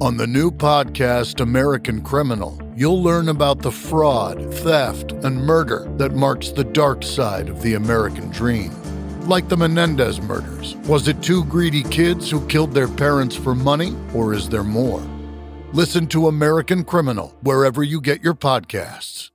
On the new podcast, American Criminal, you'll learn about the fraud, theft, and murder that marks the dark side of the American dream. Like the Menendez murders, was it two greedy kids who killed their parents for money, or is there more? Listen to American Criminal wherever you get your podcasts.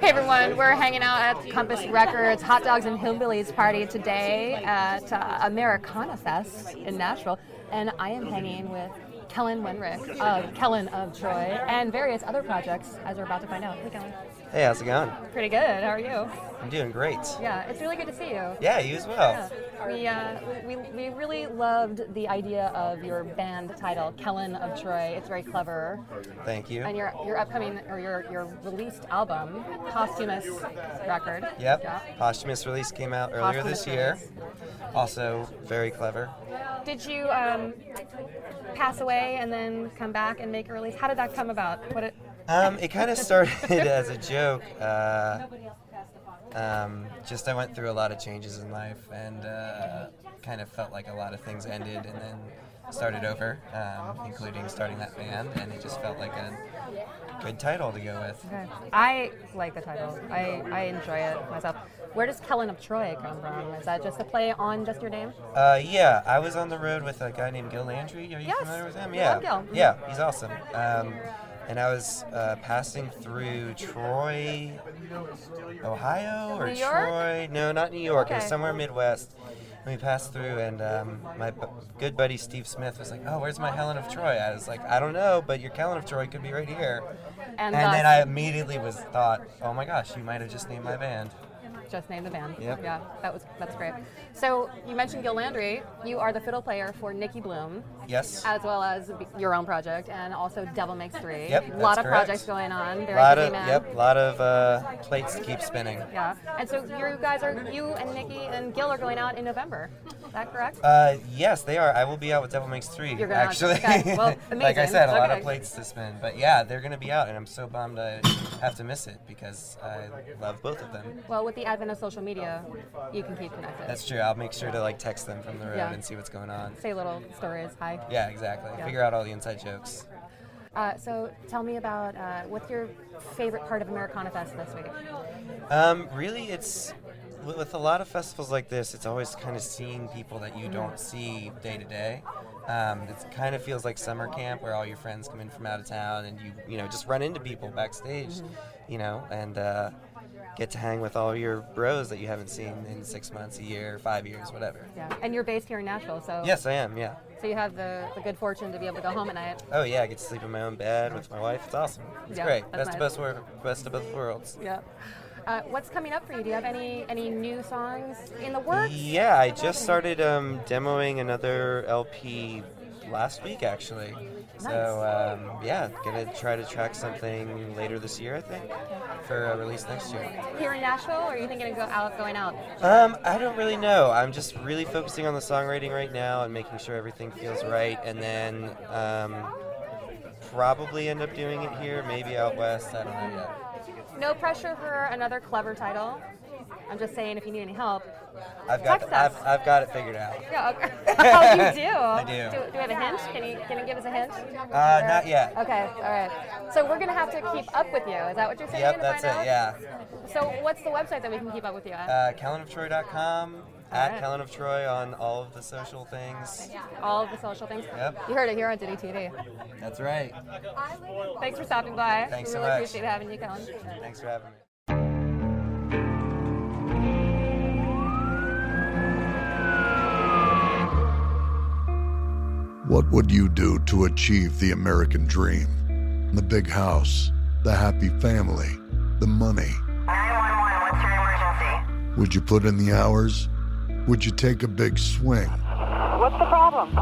Hey everyone, we're hanging out at Compass Records Hot Dogs and Hillbillies party today at uh, Americana Fest in Nashville, and I am hanging with Kellen Wenrick of Kellen of Troy and various other projects, as we're about to find out. Hey Kellen, Hey, how's it going? pretty good. How are you? I'm doing great. Yeah, it's really good to see you. Yeah, you as well. Yeah. We, uh, we, we really loved the idea of your band title, Kellen of Troy. It's very clever. Thank you. And your your upcoming or your your released album, posthumous record. Yep. Yeah. Posthumous release came out earlier Posthumous this year. release. Also, very clever. Did you um, pass away and then come back and make a release? How did that come about? What it, Um, it kind of started as a joke. Uh, um, just I went through a lot of changes in life and uh, kind of felt like a lot of things ended and then started over, um, including starting that band. And it just felt like a good title to go with. I like the title. I, I enjoy it myself. Where does Kellen of Troy come from? Is that just a play on just your name? Uh, yeah, I was on the road with a guy named Gil Landry. Are you Yes, familiar with him? we Yeah, love Gil. Mm-hmm. yeah, he's awesome. Um, and I was uh, passing through Troy, Ohio, or New York? Troy? No, not New York. It was Okay. somewhere Midwest. And we passed through, and um, my bu- good buddy Steve Smith was like, "Oh, where's my Helen of Troy?" I was like, "I don't know, but your Helen of Troy could be right here." And, And then thus, I immediately was thought, "Oh my gosh, you might have just named my band." just named the band. Yep. Yeah, that was that's great. So you mentioned Gil Landry. You are the fiddle player for Nikki Bloom. Yes. as well as b- your own project and also Devil Makes Three. Yep, a lot that's of correct. projects going on. Very lot busy of man. yep, lot of uh, plates to keep spinning. Yeah, and so you guys are you and Nikki and Gil are going out in November. Is that correct? Uh, yes, they are. I will be out with Devil Makes Three. You're gonna- actually, okay, well, like I amazing. said, a lot Okay. of plates to spin. But yeah, they're gonna be out, and I'm so bummed I have to miss it because I love both of them. well, with the advent of social media, you can keep connected. That's true. I'll make sure to like text them from the road Yeah. and see what's going on. Say little stories. Hi. Yeah, exactly. Yeah. Figure out all the inside jokes. Uh, so tell me about uh, what's your favorite part of Americana Fest this week? Um, really, it's with, with a lot of festivals like this. It's always kind of seeing people that you don't see day to day. Um, it kind of feels like summer camp where all your friends come in from out of town and you you know just run into people backstage, Mm-hmm. you know, and uh, get to hang with all your bros that you haven't seen in six months, a year, five years, whatever. Yeah, and you're based here in Nashville, so Yes, I am. Yeah. So you have the, the good fortune to be able to go home at night. Oh yeah, I get to sleep in my own bed with my wife. It's awesome. It's Yeah, great. that's Best of nice. both wor- best of both worlds. Yeah. Uh, what's coming up for you? Do you have any any new songs in the works? Yeah, I just started um, demoing another LP last week, actually. So um, yeah, gonna try to track something later this year, I think, for a release next year. Here in Nashville, or are you thinking of go out going out? Um, I don't really know. I'm just really focusing on the songwriting right now and making sure everything feels right, and then um, probably end up doing it here, maybe out west. I don't know yet. No pressure for another clever title. I'm just saying, if you need any help, I've got Text I've, us. I've got it figured out. yeah. Okay. oh, you do. I do. do. Do we have a hint? Can you can you give us a hint? Uh, not yet. Okay. All right. So we're gonna have to keep up with you. Is that what you're saying? Yep, to that's find out? it. Yeah. So what's the website that we can keep up with you at? uh, callenoftroy.com, at right. Callen of Troy on all of the social things. All of the social things. Yep. You heard it here on Diddy TV. That's right. Thanks for stopping by. Thanks we so really much. appreciate having you, Kellen. Thanks for having me. What would you do to achieve the American dream? The big house, the happy family, the money. 911, what's your emergency? Would you put in the hours? Would you take a big swing? What's the problem?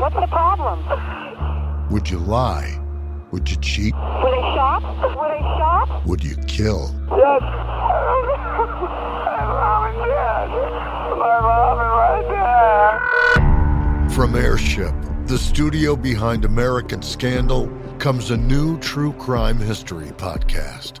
What's the problem? Would you lie? Would you cheat? Were they shot? Were they shot? Would you kill? Yes. My mom and dad. My mom and my dad. From Airship, the studio behind American Scandal, comes a new true crime history podcast.